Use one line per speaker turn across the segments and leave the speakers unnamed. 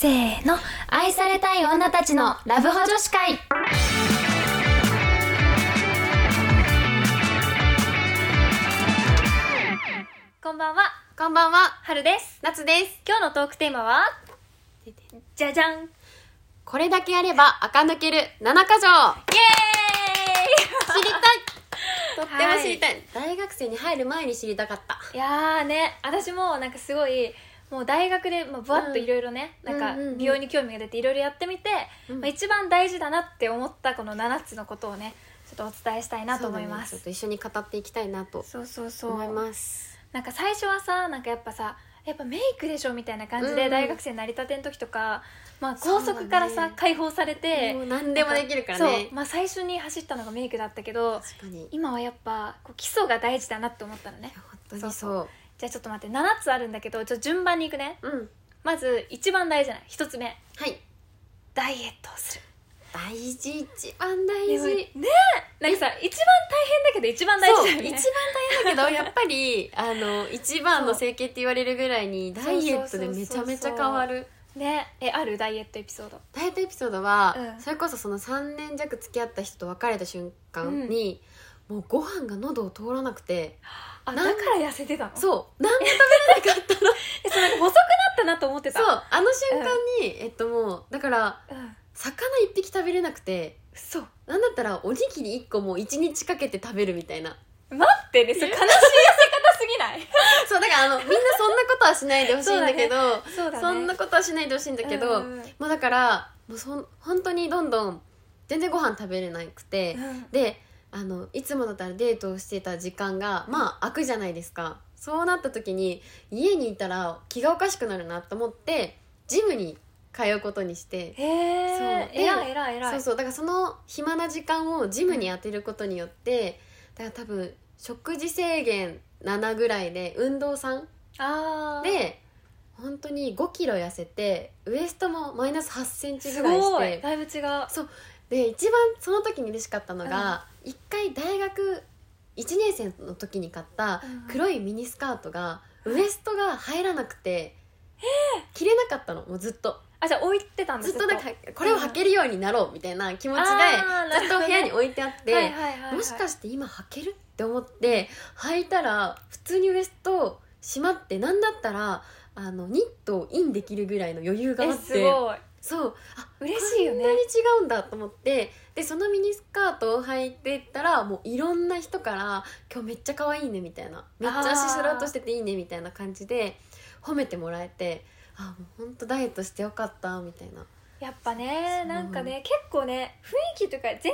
せーの愛されたい女たちのラブホ女子 会こんばんは
こんばんは、
はるです
夏です。
今日のトークテーマはじゃじゃんイエーイ
これだけやれば垢抜ける七か条知り たいとっても知りたい、大学生に入る前に知りたかった。
いやーね私もなんかすごいもう大学で、まあ、ぶわっといろいろね、
うん
な
うんう
ん
んう
か
ん
美容に興味が出ていろいろやってみて、
うん
まあ、一番大事だなって思ったこの7つのことをねちょっとお伝えしたいなと思いま
そうだねちょっ
す
と一緒に語っていきたいなと
そうそうそう
思います。
なんか最初はさなんかやっぱさやっぱメイクでしょみたいな感じ
うんう
で
ん
大学生なりたての時とか、まあ、
そう
高
だね
速からさ、解放されて
もう何でもできるからね
そう、。まあ、最初に走ったのがメイクだったけど
確かに。
今はやっぱこう基礎が大事だなって思ったのね
本当に
そ
そうう
そじゃあちょっと待って7つあるんだけどちょっと順番にいくね
うん。
まず一番大事な1つ目
はい。
ダイエットをする
大事一番大事。
ねえなんかさ一番大変だけど一番大
そう
事だよ
一番
ね
大変だけどやっぱ りあの一番の整形って言われるぐらいに
そう
ダイエットでめちゃめちゃ変わる
ねえあるダイエットエピソード
ダイエットエピソードは、
うん
それこそその3年弱付き合った人と別れた瞬間に、もうご飯が喉を通らなくて
あだ
なん
から痩せてたの
そうなんで
えそれ細くなったなと思ってた
そうあの瞬間に、えっともうだから
うん
魚1匹食べれなくて
嘘待
なんだったらおにぎり1個も1日かけて食べるみたいな
ってねそれ悲しい痩せ方すぎない
そうだからあのみんなそんなことはしないでほしいんだけど
そう
そ
だね
んなことはしないでほしいんだけど、
うん
もうだからもうそん本当にどんどん全然ご飯食べれなくて、
うん
であのいつもだったらデートをしてた時間がまあ空くじゃないですかそうなった時に家にいたら気がおかしくなるなと思ってジムに通うことにして
へえ
そうで
えらいえらいえらい
そうそうだからその暇な時間をジムに当てることによってだから多分食事制限7ぐらいで運動3
あー
で本当に5キロ痩せてウエストもマイナス8センチ
す
ぐらいし
ごい
て
だいぶ違う
で一番その時に嬉しかったのが、一回大学1年生の時に買った黒いミニスカートが、ウエストが入らなくて、着れなかったのもうずっと
あじゃあ置いてたんだ
ずっとなんかこれを履けるようになろうみたいな気持ちで、
あーなるほどね
ずっと部屋に置いてあって、
はいはいはいはい、
もしかして今履けるって思って履いたら普通にウエスト閉まってなんだったらあのニットをインできるぐらいの余裕があ
え
っ
す
て
ごい
そうあ
嬉しいよね
こんなに違うんだと思ってでそのミニスカートを履いてったらもういろんな人から「今日めっちゃ可愛いね」みたいな「めっちゃ足スローとしてていいね」みたいな感じで褒めてもらえて「あもうほんとダイエットしてよかった」みたいな
やっぱね
そう
なんかね結構ね雰囲気というか全体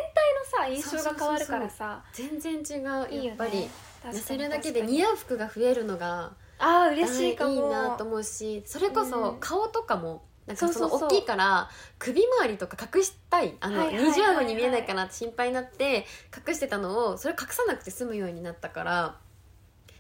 のさ印象が変わるからさ
全然違う
いいよね
やっぱり痩
確か
せ
に
るだけで似合う服が増えるのが
ああ嬉しいかも
いいなと思うしそれこ
う
そ
ん
顔とかもなんかそ
そう
の
そうそう
大きいから首周りとか隠したいあ
はい
の
はいはいはい
二重顎に見えないかなって心配になって隠してたのをそれ隠さなくて済むようになったから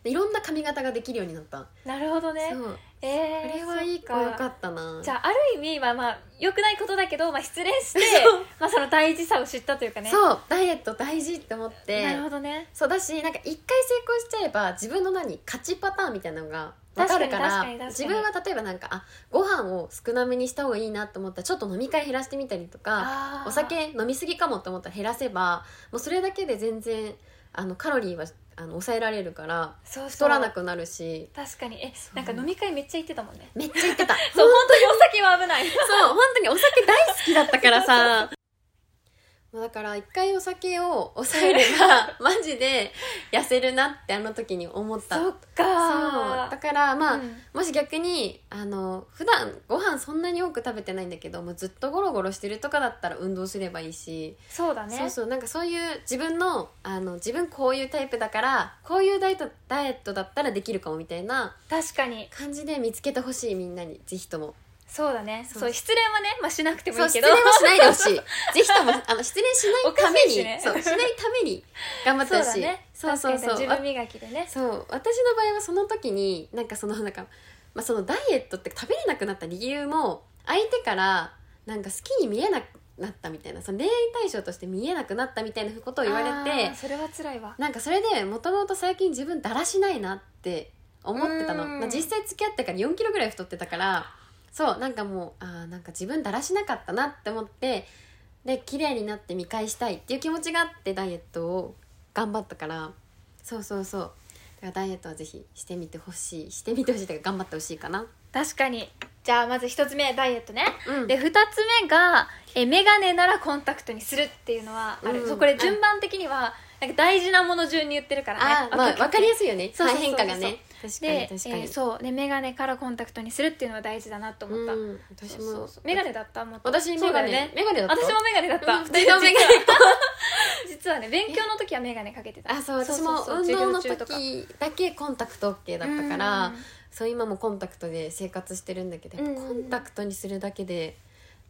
でいろんな髪型ができるようになった
なるほどね
そう
え
あ
ー、
れはいい子
そっ
よかったな
じゃあある意味はまあ良くないことだけど、まあ、失恋して
そう
まあその大事さを知ったというかね
そうダイエット大事って思って
なるほどね
そうだしなんか一回成功しちゃえば自分の何勝ちパターンみたいなのが分かるか
確か
ら
に確かに確か
自
に
分は例えばなんかあご飯を少なめにした方がいいなと思ったらちょっと飲み会減らしてみたりとか
あー
お酒飲みすぎかもって思ったら減らせばもうそれだけで全然あのカロリーはあの抑えられるから
そうそう
太らなくなるし
確かにえ
そう
なんか飲み会めっちゃ行ってたもんね
めっちゃ言ってた
そう本当にお酒は危ない
そう本当にお酒大好きだったからさ もうだから一回お酒を抑えれ ばマジで痩せるなってあの時に思った
そっ
そう
か
だからまあ、
うん
もし逆にあの普段ご飯そんなに多く食べてないんだけどもうずっとゴロゴロしてるとかだったら運動すればいいし、
そうだね
そうそうなんかそういう自分のあの自分こういうタイプだからこういうダイエットダイエットだったらできるかもみたいな
確かに
感じで見つけてほしいみんなにぜひとも
そうだね
そ
そうう失恋はね、まあ、しなくても
そ
いうい
失
けど
恋もしないでほしいぜひともあの失恋しな
お
い
か
ため
しい
に
しね
そうしないために頑張って
そう
ほ
だ
しい
ね
そうそうそ
確
う
かに自分磨きでね
そう私の場合はその時になんかそのなんか、まあ、そのダイエットって食べれなくなった理由も相手からなんか好きに見えなくなったみたいなその恋愛対象として見えなくなったみたいなことを言われ
あー
て
それは辛いわ
なんかそれでもともと最近自分だらしないなって思ってたの、
うん
まあ、実際付き合ってから4キロぐらい太ってたからそうなんかもうあーなんか自分だらしなかったなって思ってで綺麗になって見返したいっていう気持ちがあってダイエットを頑張ったからそうそうそうだからダイエットはぜひしてみてほしいしてみてほしいというか頑張ってほしいかな
確かにじゃあまず一つ目ダイエットね、
うん
で二つ目がえ眼鏡ならコンタクトにするっていうのはある、
うん
そうこれ順番的にはなんか大事なもの順に言ってるからね
あーまあ分かりやすいよね
そうそうそう
変化がね確か
で
に、
え
確かに、
ー、そうで眼鏡からコンタクトにするっていうのは大事だなと思った、
うん私も
そうそうそう眼鏡だったもっと
私
そ
メ
うだ
ガ
よ
ネ、
ね
メガネだった
私も眼鏡だった、
うん二人とも眼鏡
実はね勉強の時は眼鏡かけてた
あそう私
そ
も
うそう
運動の
授業中とか
時だけコンタクト OK だったから、
うん
そう今もコンタクトで生活してるんだけど、やっぱコンタクトにするだけで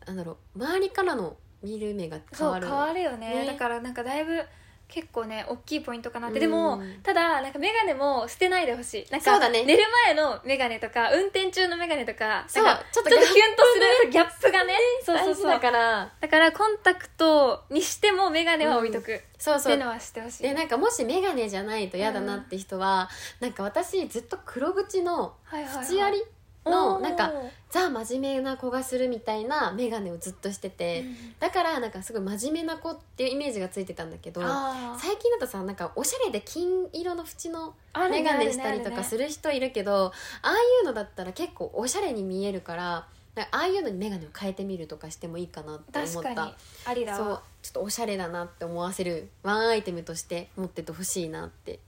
なんだろう周りからの見る目が変
そう
わ
変
る
わるよね
ね
だからなんかだいぶ結構ね大きいポイントかなって
うん
でもただなんか眼鏡も捨てないでほしいなんか
そうだね
寝る前の眼鏡とか運転中の眼鏡とか
そう
なんか
ち
ち
ょ
ょ
っ
っ
と
と
ギ
キ
ャ
ュン
ップ
とするギャップがねそうそ
大
う
事
そう
だから
だからコンタクトにしても眼鏡は置いとく、っ
そう
て
そ
いううのはしてほしい
でなんかもし眼鏡じゃないと嫌だなって人は、なんか私ずっと黒口の
はいはいはい
縁ありの
おー
なんかザ真面目な子がするみたいな眼鏡をずっとしてて、
うん
だからなんかすごい真面目な子っていうイメージがついてたんだけど
あー
最近だとさなんかおしゃれで金色の縁の
あるね
眼鏡したりとか
る
する人いるけどああいうのだったら結構おしゃれに見えるからなんかああいうのに眼鏡を変えてみるとかしてもいいかなって
ね
思っ
確かに
た
ありだわ
そうちょっとおしゃれだなって思わせるワンアイテムとして持っててほしいなって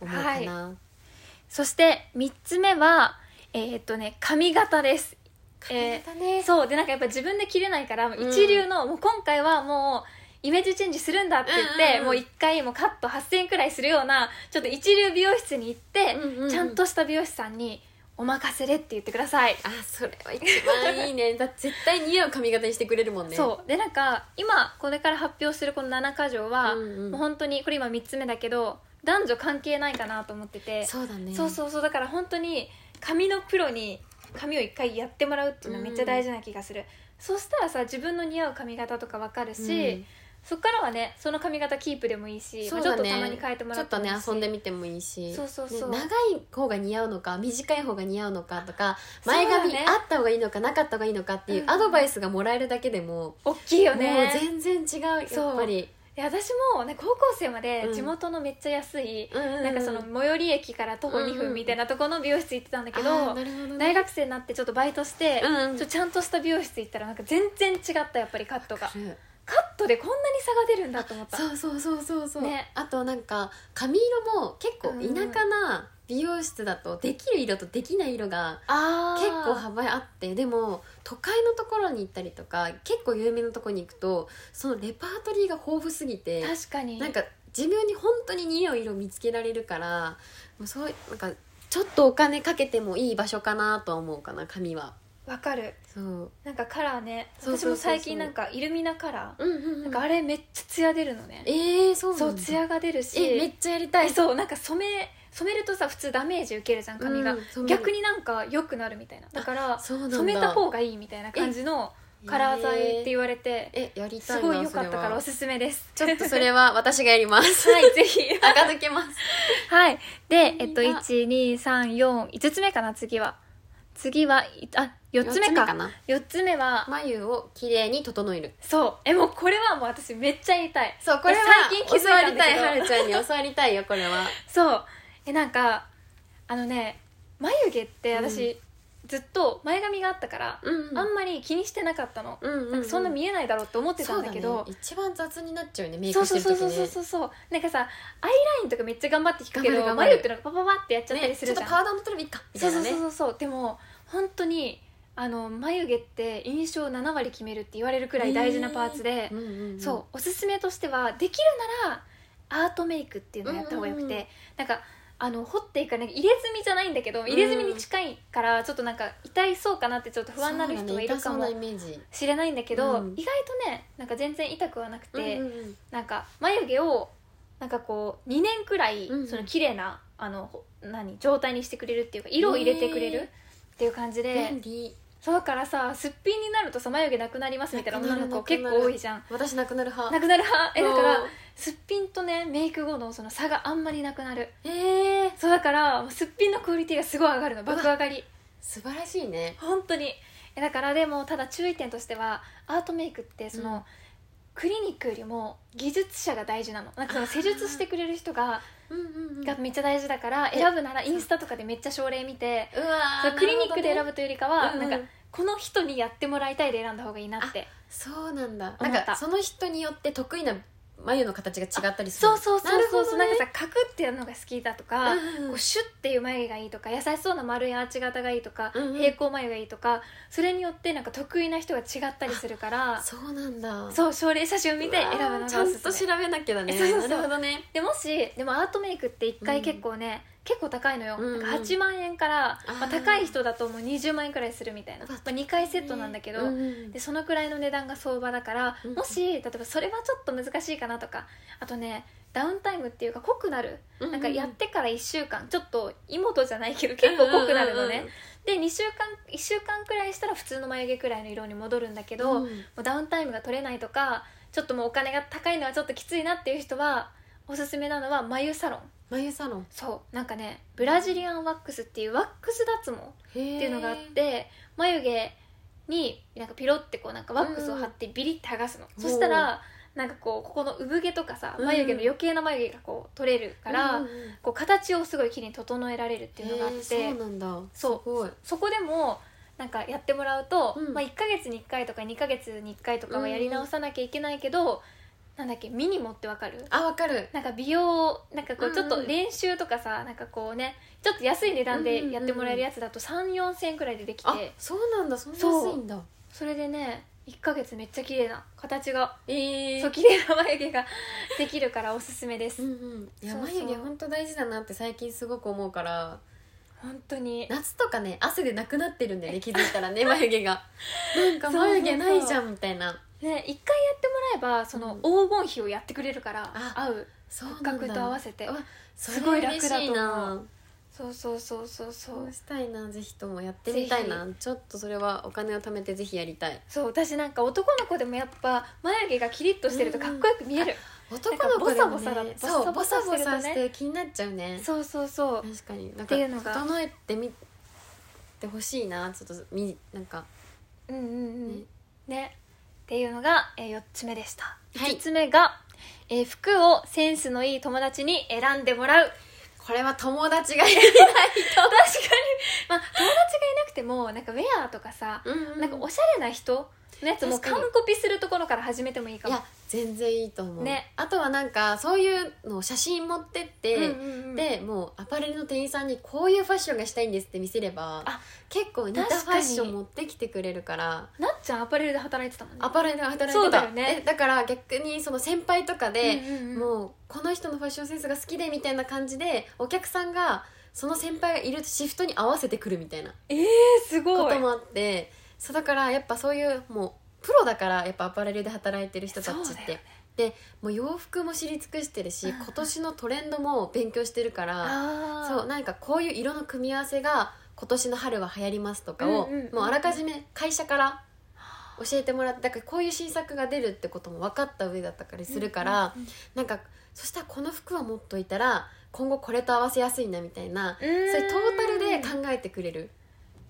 思うかな、
そして3つ目はえーっとね髪型ですえー
髪型ね
そうでなんかやっぱ自分で切れないからもう
うん
一流の、もう今回はもうイメージチェンジするんだって言って、
うんうんうん
もう一回もうカット8000円くらいするようなちょっと一流美容室に行って、
うんうんうん
ちゃんとした美容師さんに「お任せれ」って言ってください、
あそれは一番いいねだって絶対似合う髪型にしてくれるもんね
そうでなんか今これから発表するこの7か条は、
うんうん
もう本当にこれ今3つ目だけど男女関係ないかなと思ってて
そうだね
そうそうそうだから本当に髪のプロに髪を一回やってもらうっていうのはめっちゃ大事な気がする、そうしたらさ自分の似合う髪型とかわかる
うん
し、そっからはねその髪型キープでもいいし、
そう
まあ
だ
ちょっ
ね
とたまに変えても
ち
ら
ょ
っ
ってと
もいい
ね
し
遊んでみてもいいし
そうそうそう
ね長い方が似合うのか短い方が似合うのかとか
そう
前
だね
髪あった方がいいのかなかった方がいいのかっていう
うん
アドバイスがもらえるだけでも、
大きいよ
もう
ね
全然違うや
そう
っぱり、
いや私もね高校生まで
うん
地元のめっちゃ安い、
ううう
なんかその最寄り駅から徒歩2
うんう
分
ん
みたいなところの美容室行ってたんだけど,、
あーなるほどね
大学生になってちょっとバイトして、
うんうん
ちょちゃんとした美容室行ったらなんか全然違ったやっぱりカットが
うん
カットでこんなに差が出るんだと思った
そうそうそうそうそう、
ね
あとなんか髪色も結構田舎な美容室だとできる色とできない色が
あ
結構幅あってでも都会のところに行ったりとか結構有名なところに行くとそのレパートリーが豊富すぎて
確かに
なんか自分に本当に似合う色を見つけられるからもうそうなんかちょっとお金かけてもいい場所かなとは思うかな髪は
わかる
そう
なんかカラーね
そう
私
そうそうそ
も
う
最近なんかイルミナカラ
うんうん、
ーなんかあれめっちゃツヤ出るのね
えー、そうな
そ
ん
う
だ
ツヤが出るし
えめっちゃやりたい
そうなんか染め染めるとさ普通ダメージ受けるじゃん髪が
うん染める
逆になんか良くなるみたいなだから
そうなんだ
染めた方がいいみたいな感じのカラー剤って言われて
えやりたい
す
な
ごい良かったからお
そ
すすめです
れは ちょっとそれは私がやります
はいぜひ
赤付けます
はいでえっと
何が
12345つ目かな次は次はいあ4つ目
四
か
な
4つ目は
眉を綺麗に整える
そうえもうこれはもう私めっちゃ言いたい
そうこれは
最近気づいたんだけど
教わりたいはるちゃんに教わりたいよこれは
そうえなんかあのね眉毛って私、ずっと前髪があったから、
うん
あんまり気にしてなかったの、
うんうう
なんかそんな見えないだろうって思ってたんだけど
そうね、一番雑になっちゃうよねメイ
そう
クして
そう
る
そ
時
う
ね
そうそうそうなんかさアイラインとかめっちゃ頑張って引くけ
頑張る
ど
頑張る
眉ってなんかパパパってやっちゃったり
ね
す
ちょ
るじ
っと
ゃん、
パーダンも取ればいいかみた
そう
い
そ
な
う
ね
そうそうでも本当にあの眉毛って印象7割決めるって言われるくらい大事なパーツで、
うんうんうん
そうおすすめとしてはできるならアートメイクっていうのをやった方がよくて、
うんうんうん
なんかあの彫っていかない入れ墨じゃないんだけど入れ墨に近いからちょっとなんか痛いそうかなってちょっと不安になる人がいるか
そ
も
うだね痛そうなイメージ
しれないんだけど、
うん
意外とねなんか全然痛くはなくて、
うんうん
なんか眉毛をなんかこう2年くらい
うん
その綺麗なあのほ何状態にしてくれるっていうか色を入れてくれ
へー
るっていう感じで、
便利
そうだからさすっぴんになるとさ眉毛なくなりますみたいな女の子
なくなる
結
なくなる
構多いじゃん。
私なくなる派
なくなる派えだから
そう
すっぴんとねメイク後のその差があんまりなくなる
えー、
そうだからすっぴんのクオリティがすごい上がるの爆上がり
素晴らしいね
本当にえだからでもただ注意点としてはアートメイクってその、
うん
クリニックよりも技術者が大事なのなんかその施術してくれる人が
うんうんうん
がめっちゃ大事だから
え
選ぶならインスタとかでめっちゃ症例見て
うわ
そうクリニックで選ぶというよりかは、
な
なんん
か
かこの人にやってもらいたいで選んだ方がいいなって
そうなんだ
思
な
った
んかその人によって得意な眉の形が違ったりする
そうそうそうそうそう、
な
なん
るほどね
かさ角ってやるのが好きだとか、
うんうん
こうシュッっていう眉毛がいいとか優しそうな丸いアーチ型がいいとか、
うんうん
平行眉がいいとかそれによってなんか得意な人が違ったりするから
そうなんだ
そう症例写真を見て選ぶのがお
ちゃん
す
と
す
調
め
べなきゃだね
えそうそう
なるほどね
でもしでもアートメイクって1
う
回
ん
結構ね、結構高いのよ、
うんうん
なんか8万円から
あー
まあ、高い人だともう20万円くらいするみたいな、
うわ
まあ、2回セットなんだけど、
うんうん
でそのくらいの値段が相場だから、
うん
もし例えばそれはちょっと難しいかなとかあとねダウンタイムっていうか濃くなる、
うんうん
なんかやってから1週間ちょっと妹じゃないけど結構濃くなるのね、で2週間1週間くらいしたら普通の眉毛くらいの色に戻るんだけ
うんうん
ど、
うん
もうダウンタイムが取れないとかちょっともうお金が高いのはちょっときついなっていう人はおすすめなのは眉サロン
眉サロン
そうなんかねブラジリアンワックスっていうワックス脱毛
って
っていうのがあって眉毛になんかピロってこうなんかワックスを貼ってビリって剥がすの、
うん
そしたらなんかこうここの産毛とかさ
うん
眉毛の余計な眉毛がこう取れるから、こう形をすごい綺麗に整えられるっていうのがあって、
そうなんだ
そう
すごい
そこでもなんかやってもらうと、
うん
まあ、1ヶ月に1回とか2ヶ月に1回とかはやり直さなきゃいけないけど、なんだっけミニモってわかる
あわかる
なんか美容なんかこ
うん
うちょっと練習とかさ、なんかこうねちょっと安い値段でやってもらえるやつだと3 4千円くらいでできて、
あそうなんだそんな安いんだ
それでね1ヶ月めっちゃ綺麗な形が、
え
そう綺麗な眉毛ができるからおすすめです、
うんうん、いや
そうそう
眉毛本当大事だなって最近すごく思うから
本当に
夏とかね汗でなくなってるんだよね気づいたらね眉毛がなんか
そうそうそう
眉毛ないじゃんみたいな
ね一回やってもらえばその黄金比をやってくれるから、
あ
合う
そう
骨格と合わせて
わ
すごい楽
それ
だ
嬉
と
しいな
思うそうそうそうそうそ
そう
う
したいなぜひともやってみたいなちょっとそれはお金を貯めてぜひやりたい
そう私なんか男の子でもやっぱ眉毛がキリッとしてるとかっこよく見える、
男の子でも、ね、
なんかボサボサだ
そうボ
ボサ
サボ
ボサしてるとね
サして気になっちゃうね
そうそうそう
確かになん
ていうの
か
が
整えてみてほしいなちょっとみなんか
うんうんうん
ね
ねっていうのが、えー、4つ目でした、
はい
5つ目が、えー服をセンスのいい友達に選んでも らう
これは友達がいる
確かに、まあ、友達がいなくてもなんかウェアとかさ、
な
なん
ん
か
か
おしゃれな人のやつもう
確かに
完コピするところから始めてもいいか
い
も
や全然いいと思う、
ね
あとはなんかそういうのを写真持ってって、
うんうんうん
でもうアパレルの店員さんにこういうファッションがしたいんですって見せれば
あ
結構似た
確
フ
か
ァッ
に
ション持ってきてくれるから
なっちゃんアパレルで働いてたもんね
アパレルで働いてた
そうだよね
えだから逆にその先輩とかで、
うんうんうん
もうこの人のファッションセンスが好きでみたいな感じでお客さんがその先輩がいるシフトに合わせてくるみたいな
えー、す
こ
ごい
ともあってそうだからやっぱそういうもうプロだからやっぱアパレルで働いてる人たちっ
そうだよ
て、
ね
でもう洋服も知り尽くしてるし
うんうん
今年のトレンドも勉強してるから
あー
そうなんかこういう色の組み合わせが今年の春は流行りますとかを、
うんうんうんうん
もうあらかじめ会社から教えてもらってだからこういう新作が出るってことも分かった上だったりするから、
うんうん
なんかそしたらこの服は持っといたら今後これと合わせやすいなみたい
う
な、
ん
そういうトータルで考えてくれる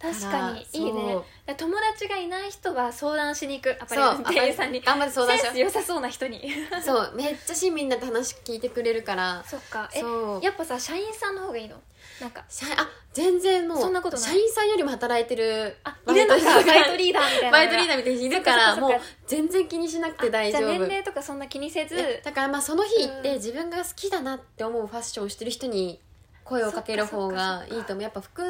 確かにいいね
そう
だから友達がいない人は相談しに行くアパ
そ
レ
う
ルの店員さんに
頑張って相談 し
セ
よ
ンス良さそうな人に
うそうめっちゃ親身になって話聞いてくれるから
そっかえ
そう
やっぱさ社員さんの方がいいのなんか
社員あ全然もう
そんなことない
社員さんよりも働いてる
あいるのかバイト
ー
リーダーみたいな
バイトリー
ー
ダーみたいにいるから
そっかそ
も
っ
う
かそっか
全然気にしなくて大丈
じゃあ
夫
年齢とかそんな気にせず
ねだからまあその日行って
うん
自分が好きだなって思うファッションをしてる人に声をかける方がいいと思うやっぱ服、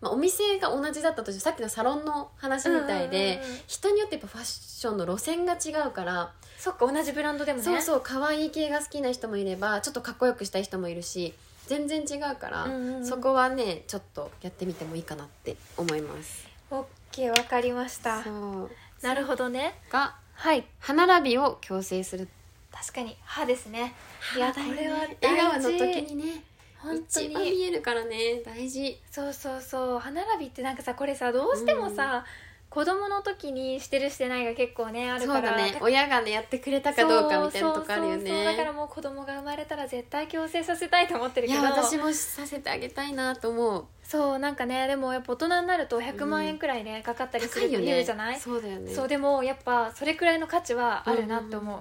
まあ、お店が同じだったとしてさっきのサロンの話みたいで、
うんうんうんうん
人によってやっぱファッションの路線が違うから
そっか同じブランドでもね
そうそう可愛い系が好きな人もいればちょっとかっこよくしたい人もいるし全然違うから、
うんうんうん
そこはねちょっとやってみてもいいかなって思います
オッケーわかりました
そう
なるほどね
が
はい
歯並びを矯正する
確かに歯ですねいやこれは
笑
大
顔の
事
時にね
本当
一番見
に
えるからね大事
そうそうそう歯並びってなんかさこれさどうしてもさ、子供の時にしてるしてないが結構ねある
そ
か
うだ
ら
ね親がねやってくれたかどうかみたいなとこある
そ
よ
うそうそうだから
ね
もう子供が生まれたら絶対強制させたいと思ってる
い
けど
や私もさせてあげたいなと思う
そうなんかねでもやっぱ大人になると100万円くらいね、かかったりす
高
るっ
い
て
よ
言う
ね
じゃない、
そうだよね
そうでもやっぱそれくらいの価値はあるなって思う、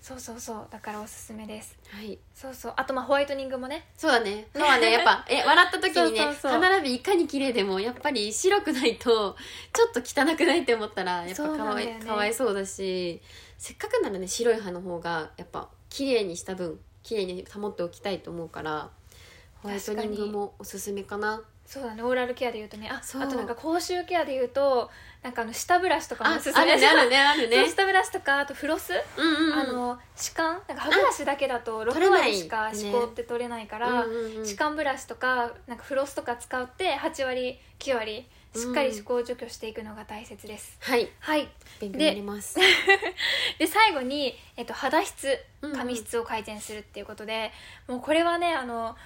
そうそうそうだからおすすめです
はい
そうそうあとまあホワイトニングもね
そうだね歯はねや っぱえ笑った時にね
そうそうそう
歯並びいかに綺麗でもやっぱり白くないとちょっと汚くないって思ったらやっぱ
そう
か
なん
わ
だ
い,、
よね
かわいそうだしせっかくならね白い歯の方がやっぱ綺麗にした分綺麗に保っておきたいと思うからホワイトニングもおすすめかな
そうだねオーラルケアで言うとねあ
そう
あとなんか口臭ケアで言うとなんかあの舌ブラシとかも
あ
おすす
あ
め
る
じ
ね
ゃん
あるねある
そう
ね
舌ブラシとかあとフロス、
うんうんうん
あの歯間なんか歯ブラシだけだと6割しか
取れない
歯垢って取れないから、
うんうんうん
歯間ブラシとかなんかフロスとか使って8割9割しっかり歯垢を除去していくのが大切です、
はい
はい
勉強になります
で最後に、えっと、肌質
うんうん
髪質を改善するっていうことで、もうこれはねあの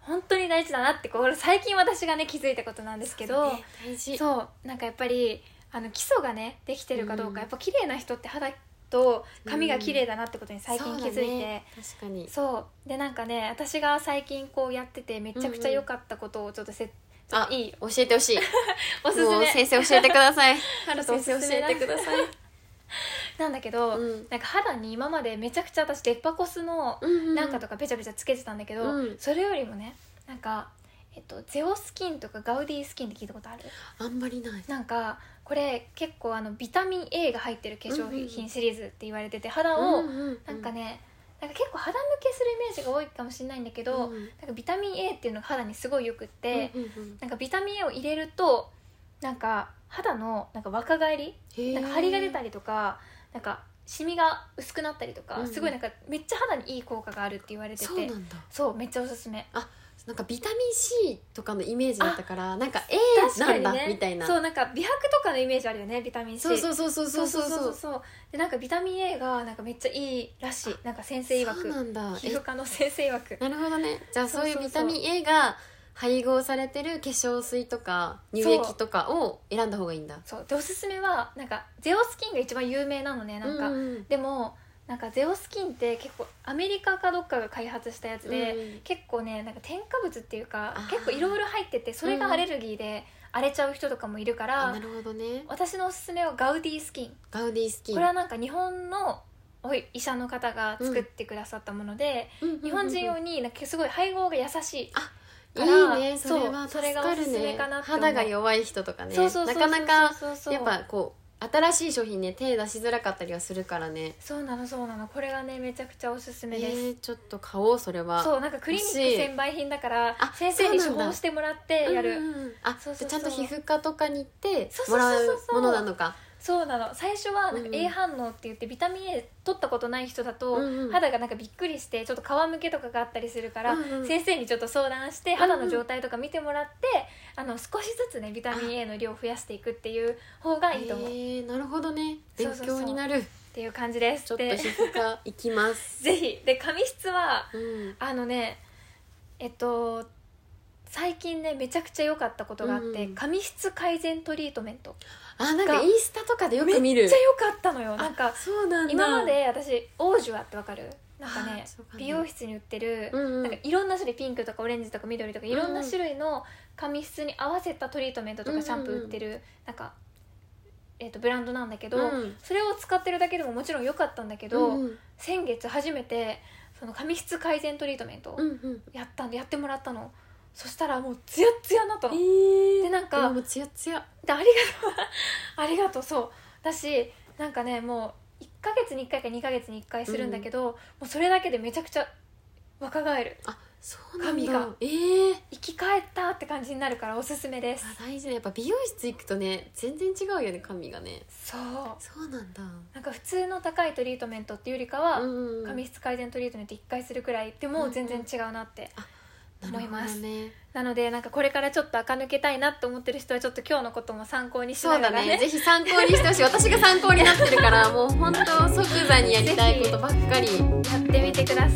本当に大事だなってこれ最近私がね気づいたことなんですけど
そうね大事
そうなんかやっぱりあの基礎がねできてるかどうか、
うん
やっぱ綺麗な人って肌と髪が綺麗だなってことに最近気づいて、
そうだね確かに
そうでなんかね私が最近こうやっててめちゃくちゃ良かったことをちょっとせ、
あ
いい
教えてほしい
おすす
もう
め
先生教えてください
春
先生教えてください
なんだけど、
うん
なんか肌に今までめちゃくちゃ私デッパコスのなんかとかペチャペチャつけてたんだけど、
うん
それよりもねなんか、えっと、ゼオスキンとかガウディスキンって聞いたことある
あんまりない
なんかこれ結構あのビタミン A が入ってる化粧
うんうん
品シリーズって言われてて肌をなんか
ね
ねなんか結構肌向けするイメージが多いかもしれないんだけど、
うん
なんかビタミン A っていうのが肌にすごいよくって、
うんうん
なんかビタミン A を入れるとなんか肌のなんか若返り
うん
なんか張りが出た
り
りとかなんかシミが薄くなったりとか、
うんうん
すごいなんかめっちゃ肌にいい効果があるって言われてて
そうなんだ
そうめっちゃおすすめ
なんかビタミン C とかのイメージだったからなんか
確
A
か
なん
に
だ、
ね
みたいな
そうなんか美白とかのイメージあるよねビタミン C
そうそうそうそうそうそう
そうそうそうでなんかビタミン A がなんかめっちゃいいらしいなんか先生曰
そうな
く
んだ
皮
え
膚科の先生曰く
なるほどねじゃあ
そう
そう
そう
い
そう
うビタミン A が配合されてる化粧水とか乳液とかを選んだ方がいいんだ
そうでおすすめはなんかゼオスキンが一番有名なのねなんか、
うう
でもなんかゼオスキンって結構アメリカかどっかが開発したやつで、
うん
結構ねなんか添加物っていうか
あー
結構いろいろ入っててそれがアレルギーで荒れちゃう人とかもいるか
あ
ら、
なるほどね
私のおすすめはガウディスキン
ガウディスキン
これはなんか日本のおい医者の方が作ってくださったもので、
うんうんうんうん
日本人用になんかすごい配合が優しい、
い
から
いねそれは
そうそ
助
れが
か
おす
る
すめ
ね
かなって思う
肌が弱い人とかね
そうそうそう
な
そう
かなか
そうそう
やっぱこう新しい商品ね手出しづらかったりはするからね
そうなのそうなのこれがねめちゃくちゃおすす
え
めです、
ー、ちょっと買おうそれは
そうなんかクリニック専売品だから
あ
先生に
そ
処
うなん
方
だ
してもらってやる、
うんうんうんあ
そうそうそう
じゃあちゃんと皮膚科とかに行って
そうそ
も
うそう
ら
そう
うものなのか
そうなの最初はなん
う
か
んうん
A 反応って言ってビタミン A 取ったことない人だと
うんうん
肌がなんかびっくりしてちょっと皮むけとかがあったりするから
うんうん
先生にちょっと相談して肌の状態とか見てもらってあの少しずつねビタミン A の量を増やしていくっていう方がいいと思うっ
えーなるほどね
そう
勉
そうそう
強になる
ていう感じです
ちょっと皮
で
膚科行きます、
ぜひで髪質は
うん、
あのねえっと最近ねめちゃくちゃ良かったことがあって、
うんうん
髪質改善トリートメント
あなんかインスタとかでよく見る
めっちゃ良かったのよ
あ
なんか
そうなんだ
今まで私オージュアってわかるなんかね
あそうかな
美容室に売ってる、
うんうん
なんかいろんな種類ピンクとかオレンジとか緑とかいろんな種類の髪質に合わせたトリートメントと
うんう
か
ん
シャンプー売ってる、なんか、えっとブランドなんだけど、
うん
それを使ってるだけでももちろん良かったんだけど、
うんうん
先月初めてその髪質改善トリートメントを
うんうん
やったんでやってもらったのそしたらもうツヤッツヤになったの、
え
でなんか
もうツヤツヤ
でありがとう ありがとうそうだしなんかねもう1ヶ月に1回か2ヶ月に1回するんだけど、もうそれだけでめちゃくちゃ若返る
あそうなん
髪
だ
が
えー、
生き返ったって感じになるからおすすめです
あ大事ねやっぱ美容室行くとね全然違うよね髪がね
そう
そうなんだ
なんか普通の高いトリートメントっていうよりかは、
うんうん
髪質改善トリートメント1回するくらいでも全然違うなって、思います
なるほどね
なのでなんかこれからちょっと垢抜けたいなと思ってる人はちょっと今日のことも参考にし
そ
な
う
が
だ
らね
ねぜひ参考にしてほしい私が参考になってるからもう本当即座にやりたいことばっかり
やってみてください